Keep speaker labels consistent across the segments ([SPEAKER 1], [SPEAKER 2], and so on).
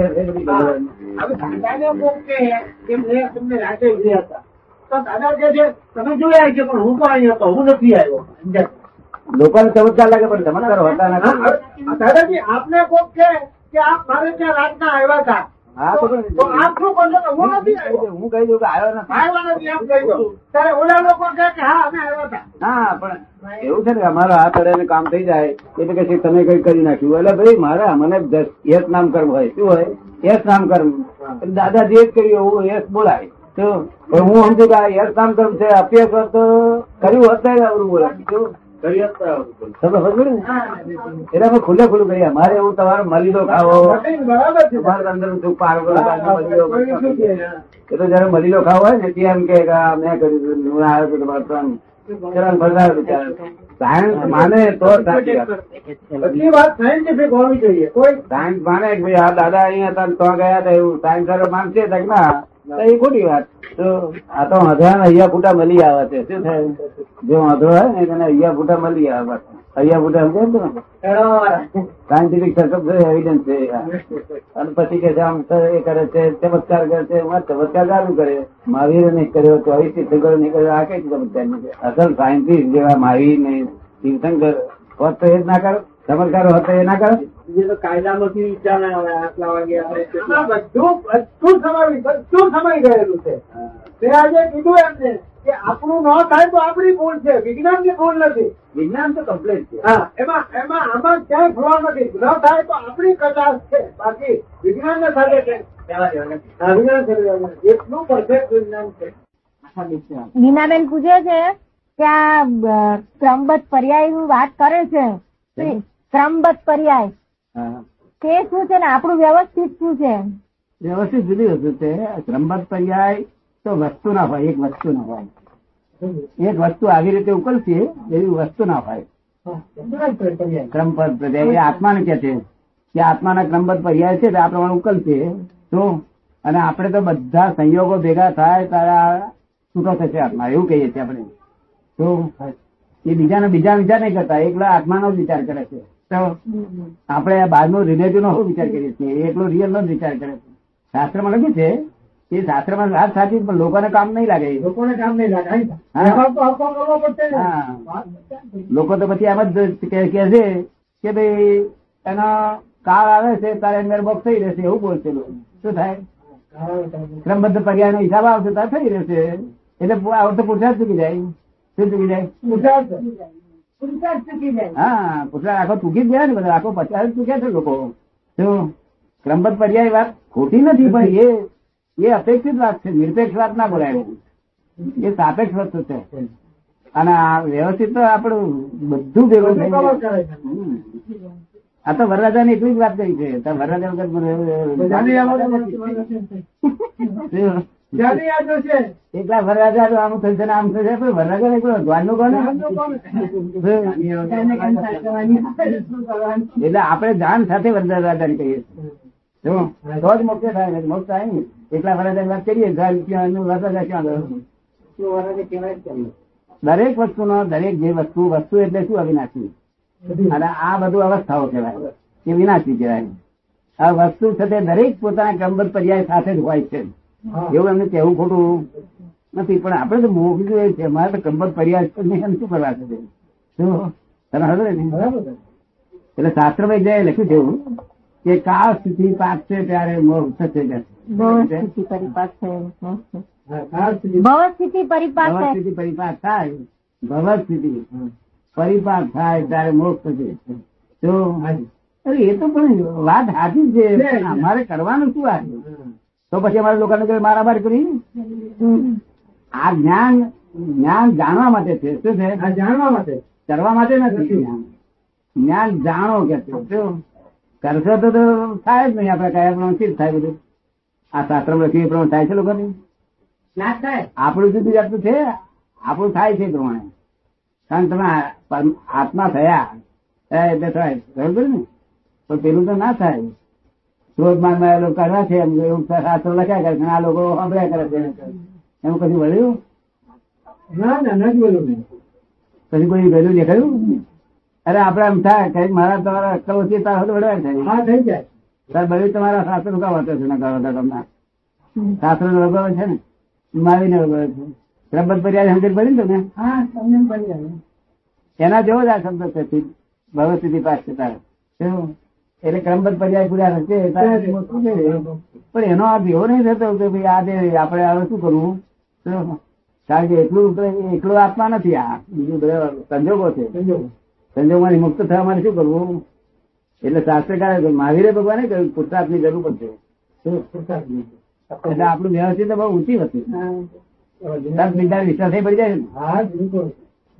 [SPEAKER 1] હવે દાદાને કોક કહે કે મેં તમને રાતે જોયા હતા તો દાદા કહે છે તમે જોયા છે પણ હું તો અહીં હતો હું નથી આવ્યો સમજ્યા?
[SPEAKER 2] લોકોને ચમત્કાર લાગે પણ ચમત્કાર હોતા નથી
[SPEAKER 1] હા, દાદાજી આપને કોક કહે કે આપ મારે ત્યાં રાતના આવ્યા હતા
[SPEAKER 2] હા, તો
[SPEAKER 1] તો- તો આપ શું કહો છો? હું નથી આવ્યો
[SPEAKER 2] હું કહી દઉં કે આવ્યો નથી
[SPEAKER 1] આવ્યા નથી એમ કહી દો ત્યારે ઓલા લોકો કહે કે હા અમે આવ્યા હતા
[SPEAKER 2] હા પણ એવું છે ને કે અમારો હાથ અડે ને કામ થઈ જાય એટલે કે છે તમે કઈ કરી નાખ્યું એટલે ભાઈ મારા મને દસ- યશ નામ કર્મ હોય શું હોય યશ નામ કર્મ એટલે દાદા જે કર્યું એવું યશ બોલાય તો પણ હું સમજુ કે આ યશ નામ કર્મ છે અપયશ હોત તો કર્યું હોત ત્યારે આવડું બોલાય શું? તમને સમજ પડી ને?
[SPEAKER 1] હા, દાદાજી.
[SPEAKER 2] એટલે અમે ખુલ્લે ખુલ્લું કરીએ અમારે એવું તમારો મલીદો ખાવો
[SPEAKER 1] બધાય બરાબર છે
[SPEAKER 2] તમારે અંદર દુઃખ પાર કરો,
[SPEAKER 1] હા,
[SPEAKER 2] મલીદો
[SPEAKER 1] કોઈને શું
[SPEAKER 2] ખાવો.
[SPEAKER 1] કહે?
[SPEAKER 2] એ તો જયારે મલીલો ખાવો હોય ને ત્યાં એમ કે કે આ મેં કર્યું હતું, હું આવ્યો હતો તમારે ત્રણ ચરણ ભરનાર બિચારા. સાયન્સ માને તો સાચી વાત.
[SPEAKER 1] બધી વાત સાયન્ટિફિક હોવી જોઈએ કોઈ
[SPEAKER 2] સાયન્સ માને કે ભાઈ આ દાદા અહીંયા હતા ને ત્યાં ગયા હતા એવું સાયન્સ વાળો માનશે તો કે ના તો એ ખોટી વાત તો આ તો અધરા ને અહીંયા ફૂટા મળી આવે છે શું થાય જો અધરો હોય ને તેને અહીંયા ફૂટા મળી આવે પાછો. અહીંયા ફૂટા સમજાય છે ને સાયન્ટિફિક છે એવિડન્સ છે અને પછી કે છે આમ સર એ કરે છે ચમત્કાર કરે છે એમાં ચમત્કાર ચાલુ કરે મહાવીર નહીં કર્યો ચોવીસ તીર્થંકર નહીં કર્યો આ કઈ ચમત્કાર નહીં કર્યો? અસલ સાયન્ટિસ્ટ જેવા મહાવીર ને તીર્થંકર હોત તો એ જ ના કરો ચમત્કાર હોત તો એ ના કરો
[SPEAKER 1] આમાં બધું બધું સમાવી બધું સમાઈ ગયેલું છે મેં આજે કીધું એમને કે આપણું ન થાય તો આપણી ભૂલ છે વિજ્ઞાનની ભૂલ નથી
[SPEAKER 2] વિજ્ઞાન તો કમ્પ્લીટ છે
[SPEAKER 1] હા એમાં એમાં આમાં ક્યાંય ભૂલ નથી ન થાય તો આપણી કચાશ છે બાકી વિજ્ઞાન ને સાથે છે હા, વિજ્ઞાન સાથે રહેવાનું. એટલું પરફેક્ટ વિજ્ઞાન છે
[SPEAKER 3] નીનાબેન પૂછે છે કે આ અ, ક્રમબદ્ધ પર્યાય નું વાત કરે છે
[SPEAKER 2] હમ.
[SPEAKER 3] ક્રમબદ્ધ પર્યાય
[SPEAKER 2] હા.
[SPEAKER 3] તે શું છે ને આપણું વ્યવસ્થિત શું છે
[SPEAKER 2] વ્યવસ્થિત જુદી વસ્તુ છે રંબત પર્યાય તો વસ્તુ ના હોય એક વસ્તુ ના હોય એક વસ્તુ આવી રીતે ઉકલશે એવી વસ્તુ ના હોય ક્રમ પર પર્યાય એ આત્માને કે છે કે આત્માના ક્રમબદ્ધ પર્યાય છે તે આ પ્રમાણે ઉકલશે તો અને આપણે તો બધા સંયોગો ભેગા થાય ત્યારે આ છૂટો થશે આત્મા એવું કહીએ છીએ આપણે તો એ બીજાનો બીજા વિચાર નહીં કરતા એકલા આત્માનો જ વિચાર કરે છે તો આપણે આ બહારનો રિલેટિવ નો વિચાર કરીએ છીએ એ એકલો રિયલ નો જ વિચાર કરે છે શાસ્ત્રમાં લખ્યું છે કે શાસ્ત્રમાં વાત સાચી પણ લોકોને કામ નહીં લાગે એ.
[SPEAKER 1] લોકોને કામ નહીં લાગે હા?
[SPEAKER 2] હા.
[SPEAKER 1] એમાં તો આપવા કરવો પડશે ને.
[SPEAKER 2] હા.
[SPEAKER 1] વાત બતાવી.
[SPEAKER 2] લોકો તો પછી એમ જ કે કે છે કે ભાઈ એનો કાળ આવે છે તારે અંદર બોક્સ થઈ રહેશે એવું બોલશે લોકો. શું થાય ક્રમબદ્ધ પર્યાય નો હિસાબ આવશે તારે થઈ રહેશે એટલે પુ- આવું તો પૂછા જ ચૂકી જાય શું ચૂકી જાય
[SPEAKER 1] ઉઠાવ છે.
[SPEAKER 2] હા પૂછા આખો ચૂકી જ ગયા ને બધા આખો પચાસ જ ચૂક્યા છે લોકો શું ક્રમબદ્ધ પર્યાય વાત ખોટી નથી પણ એ એ અપેક્ષિત વાત છે નિરપેક્ષ વાત ના બોલાય એવું. એ સાપેક્ષ વસ્તુ છે અને આ વ્યવસ્થિત તો આપણું બધું ભેગું થઈ
[SPEAKER 1] બધું cover
[SPEAKER 2] જાય
[SPEAKER 1] કરે છે.
[SPEAKER 2] હમ. આ તો વરરાજા ની એટલી જ વાત કરી છે તાર વરરાજા વગર મને-
[SPEAKER 1] બધાની આ વાત નથી. બધાની આ તો છે.
[SPEAKER 2] એકલા વરરાજા તો આમ થશે ને આમ થશે પણ વરરાજા એકલો દ્વારનું કોને
[SPEAKER 1] આ તો કોણ?
[SPEAKER 2] એટલે આપણે જાણ સાથે વરરાજાને કહીએ જો તો જ મોક્ષ થાય ને મોક્ષ થાય ને એકલા વરરાજાની વાત કરીએ જાણ ક્યાં એનું વરરાજા ક્યાં ગયો? દરેક વસ્તુનો દરેક જે વસ્તુ વસ્તુ એટલે શું અવિનાશી
[SPEAKER 1] બધી.
[SPEAKER 2] અને આ બધું અવસ્થાઓ કહેવાય એ વિનાશી કહેવાય આ વસ્તુ છે તે દરેક પોતાના ક્રમબદ્ધ પર્યાય સાથે જ હોય છે
[SPEAKER 1] હા.
[SPEAKER 2] એવું એમને કહેવું ખોટું નથી પણ આપણે તો મોઘું જોઈએ છે મારે તો કંબત પર્યાય છે નહીં એમ શું કરવા છે શું તમે સમજો ને?
[SPEAKER 1] બરાબર છે.
[SPEAKER 2] એટલે શાસ્ત્રમાં જે લખ્યું છે એવું કે કાળ સુધી પાકશે ત્યારે મોહ થશે કે
[SPEAKER 3] ભવસ્થિતિ પરિપાક છે
[SPEAKER 1] હા, ખાસ સુધી.
[SPEAKER 3] ભવસ્થિતિ પરિપાક
[SPEAKER 2] ભવ
[SPEAKER 3] છે
[SPEAKER 2] સ્થિતિ પરિપાક થાય ભવ સ્થિતિ પરિપાક થાય ત્યારે મોક્ષ થશે તો
[SPEAKER 1] હાજી.
[SPEAKER 2] અરે એ તો પણ વાત સાચી જ છે પણ અમારે કરવાનું શું આ
[SPEAKER 1] હમ.
[SPEAKER 2] તો પછી અમારે લોકોને કોઈ મારામારી કરી
[SPEAKER 3] હમ.
[SPEAKER 2] આ જ્ઞાન જ્ઞાન જાણવા માટે છે શું છે
[SPEAKER 1] આ જાણવા માટે
[SPEAKER 2] કરવા માટે નથી જ્ઞાન જ્ઞાન જાણો કે છે. શું? કરશો તો તો થાય જ નહીં આપણે કયા પ્રમાણે સ્થિર થાય બધું આ શાસ્ત્ર લખ્યું એ પ્રમાણે થાય છે લોકોને
[SPEAKER 1] ના થાય
[SPEAKER 2] આપણું જુદું જાતનું છે આપણું થાય છે એ પ્રમાણે કારણ કે તમે આ- પરમ- આત્મા થયા થયા એટલે થાય બરોબર ને પણ પેલું તો ના થાય ક્રોધમાનમાં એ લોકો કરવા છે એમ એવું શાસ્ત્ર લખ્યા કરે છે અને આ લોકો સાંભળ્યા કરે છે એમ કશું વળ્યું
[SPEAKER 1] ના ના નથી બોલું મેં.
[SPEAKER 2] પછી કોઈ વેલ્યુ દેખાયું અરે આપડે એમ થાય કે મારા તમારા અક્કલ ઓછી તારા વડવાય થાય
[SPEAKER 1] હા થઈ જાય
[SPEAKER 2] સર બધું તમારા સાસુ કા વાંચો છે નકા વાંધા તમને સાસુ વગાવે છે ને માવીને વગાવે છે રબત પર્યાય સમજણ પડી ને તમે
[SPEAKER 1] હા તમને બની આવે
[SPEAKER 2] એના જેવો જ આ શબ્દ છે સિદ્ધ- ભવ સુધી પાસ થતા કેવું? એટલે ક્રમબદ્ધ પર્યાય પૂરા થશે તારે મોટું છે. પણ એનો આ ભેવો નહીં થતો કે ભાઈ આ દે આપણે હવે શું કરવું તો કારણ કે એકલું તો- એકલો આત્મા નથી આ બીજું બધા સંજોગો છે સંજોગોમાંથી મુક્ત થવા માટે શું કરવું એટલે શાસ્ત્રકાર મહાવીરે ભગવાને કહ્યું પુરુષાર્થની જરૂર પડશે શું? એટલે આપણું વ્યવસ્થિત બહુ ઊંચી હતી બીજા વિશ્વાસે પડી જાય ને
[SPEAKER 1] હા બિલકુલ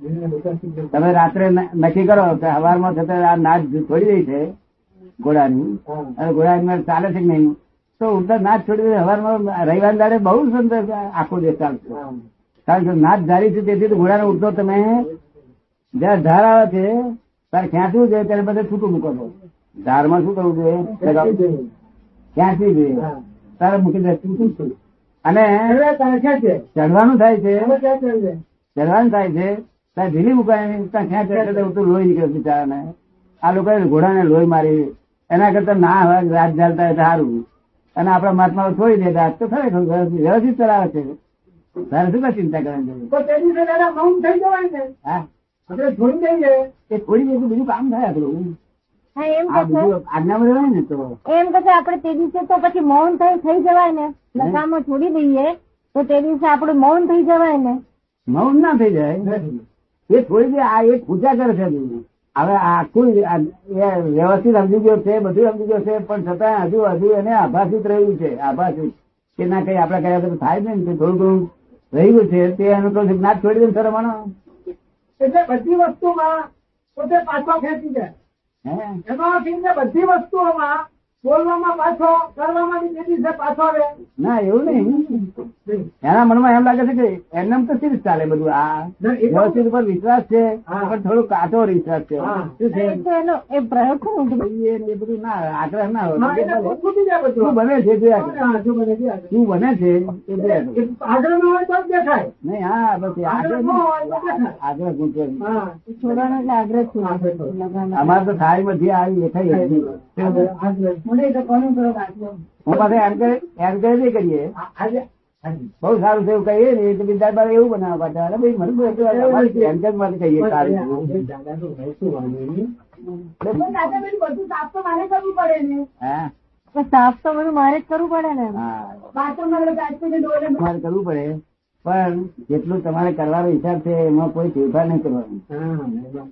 [SPEAKER 1] બિલકુલ, બિલકુલ.
[SPEAKER 2] તમે રાત્રે ન- નક્કી કરો કે હવારમાં થતા આ નાચ છોડી દઈ છે ઘોડાની
[SPEAKER 1] હા.
[SPEAKER 2] અને ઘોડાની મારે ચાલે છે કે નહીં તો ઉડતા નાચ છોડી દે હવારમાં રવિવાર દાડે બહુ સુંદર આખો દિવસ ચાલશે
[SPEAKER 1] હા.
[SPEAKER 2] કારણ કે નાચ ધારી છે તેથી તો ઘોડાનો ઉડતો તમે જ્યાં ધાર આવે છે ત્યારે ખેંચવું જોઈએ ત્યારે બધે છૂટું મૂકો છો ધારમાં શું કરવું જોઈએ ખેંચવી જોઈએ
[SPEAKER 1] હા.
[SPEAKER 2] તારે મૂકી દે
[SPEAKER 1] શું છે?
[SPEAKER 2] અને
[SPEAKER 1] હવે તારે ક્યાં છે?
[SPEAKER 2] ચડવાનું થાય છે
[SPEAKER 1] હવે ક્યાં છે?
[SPEAKER 2] ચલવાન થાય છે ત્યાં ઢીલી મુકાય નહીં ત્યાં ખેંચ એટલે તો બધું લોહી નીકળે બિચારાને આ લોકો ઘોડાને લોહી મારી એના કરતા ના હોય રાત ચાલતા હોય તો સારું અને આપણા મહાત્મા છોડી દે રાત તો ખરેખર વ્યવસ્થિત ચલાવે છે તારે શું કાંઈ ચિંતા કરવાની જરૂર?
[SPEAKER 1] તો તે દિવસે દાદા મૌન થઈ જવાય ને
[SPEAKER 2] હા
[SPEAKER 1] આપણે છોડી દઈએ
[SPEAKER 2] એ થોડી દિવસ બીજું કામ થાય આપણું
[SPEAKER 3] હા એમ
[SPEAKER 2] આ
[SPEAKER 3] કે
[SPEAKER 2] બીજું આજ્ઞામાં રહેવાય ને તો
[SPEAKER 3] છે એમ કે છે આપણે તે દિવસે તો પછી મૌન થઈ થઈ જવાય ને નકામો છોડી દઈએ તો તે દિવસે આપણે મૌન થઈ જવાય ને
[SPEAKER 2] મૌન ના થઈ જાય એ થોડી દે આ એક પૂજા કરે છે હજી. હવે આખું આ- એ વ્યવસ્થિત સમજી ગયો છે બધું સમજી ગયો છે પણ છતાં હજુ હજુ એને આભાસિત રહ્યું છે આભાસિત કે ના કઈ આપડા કયા વગર થાય જ નહીં ને તે થોડું થોડું રહ્યું છે તે એનું તો જ્ઞાન છોડી દે સર અમારો
[SPEAKER 1] એટલે બધી વસ્તુમાં પોતે પાછો ખેંચી જાય
[SPEAKER 2] હે
[SPEAKER 1] એનો અર્થ એ કે બધી વસ્તુઓમાં બોલવામાં પાછો કરવામાં બી તે દિવસે પાછો રહે
[SPEAKER 2] ના એવું નહીં એના મનમાં એમ લાગે છે કે એમને તો સ્થિર ચાલે બધું આ
[SPEAKER 1] ના, એ તો-
[SPEAKER 2] વ્યવસ્થિત ઉપર વિશ્વાસ છે
[SPEAKER 1] હા.
[SPEAKER 2] પણ થોડો કાચો વિશ્વાસ છે
[SPEAKER 1] હા.
[SPEAKER 2] શું છે
[SPEAKER 3] એ તો એનો એ પ્રયોગ ખરો ને.
[SPEAKER 2] એ એ બધું ના આગ્રહ ના
[SPEAKER 1] હા, એટલે
[SPEAKER 2] હોય
[SPEAKER 1] ખૂટી જાય
[SPEAKER 2] શું
[SPEAKER 1] બધું
[SPEAKER 2] બને છે જોયા કરે.
[SPEAKER 1] હા, જો બને ત્યાં.
[SPEAKER 2] શું બને છે એ જોયા કરે.
[SPEAKER 1] આગળ ન હોય તો જ દેખાય
[SPEAKER 2] નહીં હા બસ એ
[SPEAKER 1] આગળ
[SPEAKER 2] આગળ
[SPEAKER 1] ન હોય તો
[SPEAKER 2] નહીં.
[SPEAKER 1] દેખાય.
[SPEAKER 2] આગળ ગૂંચવે.
[SPEAKER 1] હા
[SPEAKER 3] છોડવાનો એટલે આગ્રહ છે
[SPEAKER 1] આગ્રહ છે.
[SPEAKER 3] લગાવવાનો.
[SPEAKER 2] અમારે તો થાળી બધી આવી દેખાઈ
[SPEAKER 1] આગળ,
[SPEAKER 2] હતી.
[SPEAKER 1] આગળ.
[SPEAKER 3] મને તો કોનું કરો વાંચો
[SPEAKER 2] હું પાસે એમ કહે એમ કહે છે કરીએ
[SPEAKER 1] આ- આજે- આજે.
[SPEAKER 2] બહુ સારું થયું કહીએ ને એટલે બીજા બાર એવું બનાવવા પાછા અરે ભાઈ મને બહુ એટલું અમારે તો એમ જ માટે કહીએ સારું થયું.
[SPEAKER 1] આજે દાદાનું ભાઈ શું વાંધો નહીં.
[SPEAKER 2] એટલે
[SPEAKER 3] બધું સાફ તો મારે કરવું પડે ને
[SPEAKER 2] હા
[SPEAKER 3] સાફ તો બધું મારે જ કરવું પડે ને
[SPEAKER 2] હા
[SPEAKER 3] બાથરૂમમાં
[SPEAKER 2] તમારે કરવું પડે પણ જેટલું તમારે કરવાનો હિસાબ છે એમાં કોઈ ફેરફાર નહીં કરવાનો
[SPEAKER 1] હા, મહેરબાન.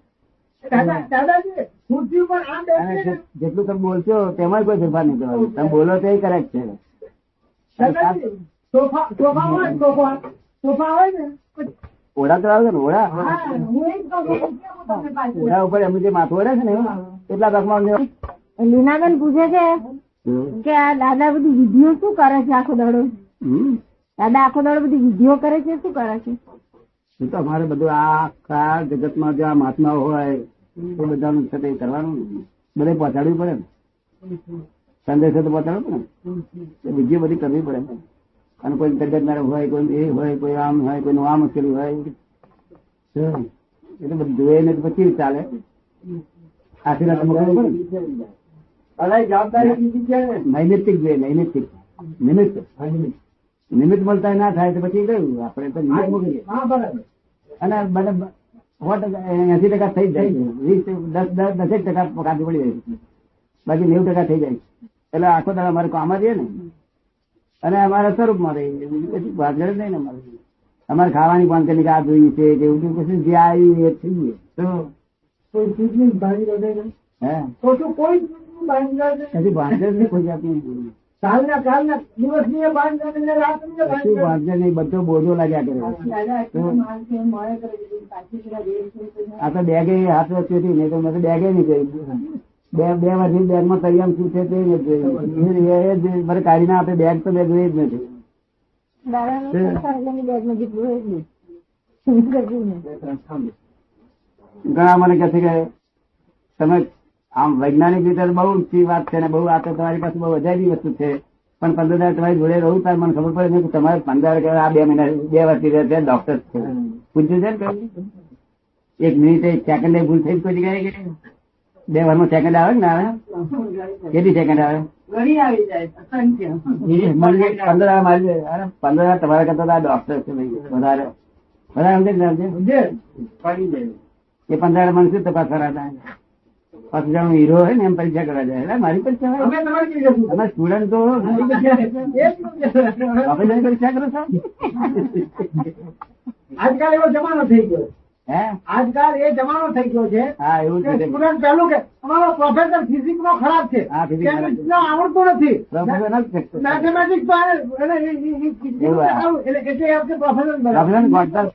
[SPEAKER 1] દાદા- દાદાજી, ખુરશી ઉપર આમ
[SPEAKER 2] અને
[SPEAKER 1] બેસીને
[SPEAKER 2] જે- જેટલું તમે બોલશો તેમાં કોઈ ફેરફાર નહીં કરવાનો તમે બોલો તો એ કરેક્ટ છે
[SPEAKER 1] દાદાજી, સોફા સોફા હોય સોફા સોફા હોય ને
[SPEAKER 2] ઓળા તો આવે ને ઓળા
[SPEAKER 3] દોડે
[SPEAKER 2] ઘોડા ઉપર એમનું જે માથું ઓળે છે ને એટલા ભાગમાં અમને
[SPEAKER 3] લીનાબેન પૂછે છે કે આ દાદા બધી વિધિઓ શું કરે છે આખો દાડો
[SPEAKER 2] હમ.
[SPEAKER 3] દાદા આખો દાડો બધી વિધિઓ કરે છે શું કરે છે
[SPEAKER 2] એ તો અમારે બધું આ આખા જગતમાં જે આ મહાત્માઓ હોય એ બધાનું છે તે કરવાનું ને. બધે પહોંચાડવું પડે ને સંદેશો તો પહોંચાડવો પડે ને બીજી બધી કરવી પડે ને. અને કોઈ તબિયત નરમ હોય કોઈ એ હોય કોઈ આમ હોય કોઈનું આ મુશ્કેલી હોય હમ. એ તો બધું જોઈએ ને તો પછી કેવી ચાલે આશીર્વાદ તો કરવું પડે ને.
[SPEAKER 1] અલા, એ જવાબદારી બીજી છે ને
[SPEAKER 2] નૈમિત્તિક જોઈએ નૈમિત્તિક નિમિત્ત
[SPEAKER 1] હા,
[SPEAKER 2] નિમિત્ત મળતા ના થાય તો પછી કયું આપણે તો નિયમ મૂકી દઈએ.
[SPEAKER 1] હા બરાબર
[SPEAKER 2] અને મને વોટ એસી ટકા થઈ જ જાય છે વીસ દસ દસ દસેક ટકા કાઢી પડી જાય છે બાકી નેવું ટકા થઈ જાય છે એટલે આખો દાડો અમારે કામ જ રહે ને અને અમારા સ્વરૂપમાં રહે એટલી ભાગળ જ નહીં ને અમારે અમારે ખાવાની પણ કરી આ જોઈએ છે કે એવું કશું જે આવ્યું એ થઈ
[SPEAKER 1] તો કોઈ ચીજની ભાગી રહે નહીં.
[SPEAKER 2] હે
[SPEAKER 1] ખોટું કોઈ ચીજની ભાગી રહે નહીં.
[SPEAKER 2] કદી ભાગળ જ નહીં કોઈ જાતની
[SPEAKER 1] કાલના કાલના દિવસની એ ભાગી રહે નહીં, રાતની એ
[SPEAKER 2] કશું
[SPEAKER 1] ભાગી રહે નહીં.
[SPEAKER 2] ભાગળ નહીં બધો બોધો લાગ્યા કરે આ તો બેગે હાથ વચ્ચે થી નહીં તો મેં તો બેગે નહીં કરી બે બે વર્ષની બેગમાં તૈયાર શું છે તે નથી જોયું. એ જ મને કાઢીને આપે બેગ તો મેં જોઈ જ નથી
[SPEAKER 3] દાદાનો
[SPEAKER 2] હમ.
[SPEAKER 3] સંસાર એટલે એની બેગમાં જેટલું હોય એટલું. શું કરવું ને?
[SPEAKER 2] ઘણા મને કહે છે કે તમે આમ વૈજ્ઞાનિક રીતે તો બહુ ઊંચી વાત છે ને બહુ આ તો તમારી પાસે બહુ અજાયબી વસ્તુ છે પણ પંદર દાડા તમારી જોડે રહું ત્યારે મને ખબર પડે છે કે તમારે પંદર કે આ બે મહિના બે વર્ષથી રહે છે ડોક્ટર છે પૂછ્યું છે ને કોઈ? એક મિનિટે એક સેકન્ડે ભૂલ થઈ જ કોઈ જગ્યાએ કે બે વારમાં સેકન્ડ આવે કે ના આવે કેટલી સેકન્ડ આવે
[SPEAKER 1] ઘણી આવી જાય અસંખ્ય
[SPEAKER 2] મને પંદર આ મારી અરે પંદર આ તમારા કરતા તો આ ડોક્ટર છે ભાઈ વધારે વધારે સમજે કે ના સમજે
[SPEAKER 1] જે
[SPEAKER 2] એ પંદર આ મને શું તપાસ કરાતા પાંચ જણ હીરો હોય ને એમ પરીક્ષા કરવા જાય એટલે મારી પરીક્ષા
[SPEAKER 1] અમે
[SPEAKER 2] હોય
[SPEAKER 1] તમારી કેવી જશું
[SPEAKER 2] તમે સ્ટુડન્ટ તો
[SPEAKER 1] આજકાલ
[SPEAKER 2] તમે જઈને પરીક્ષા કરો છો
[SPEAKER 1] એવો જમાનો થઈ ગયો
[SPEAKER 2] હે
[SPEAKER 1] આજકાલ એ જમાનો થઈ ગયો છે
[SPEAKER 2] હા એવું છે
[SPEAKER 1] સ્ટુડન્ટ પહેલું કે અમારો પ્રોફેસર ફિઝિક્સ નો ખરાબ છે
[SPEAKER 2] હા, physics ખરાબ છે.
[SPEAKER 1] Chemistry નો આવડતું નથી
[SPEAKER 2] પ્રોફેસર નથી શકતો
[SPEAKER 1] મેથેમેટિક્સ પણ એને- એ- એ- એ-
[SPEAKER 2] એવું આ.
[SPEAKER 1] એટલે એટલે એ આપણે પ્રોફેસર
[SPEAKER 2] પ્રોફેસર
[SPEAKER 1] બનાવ્યો.
[SPEAKER 2] ગોઠતા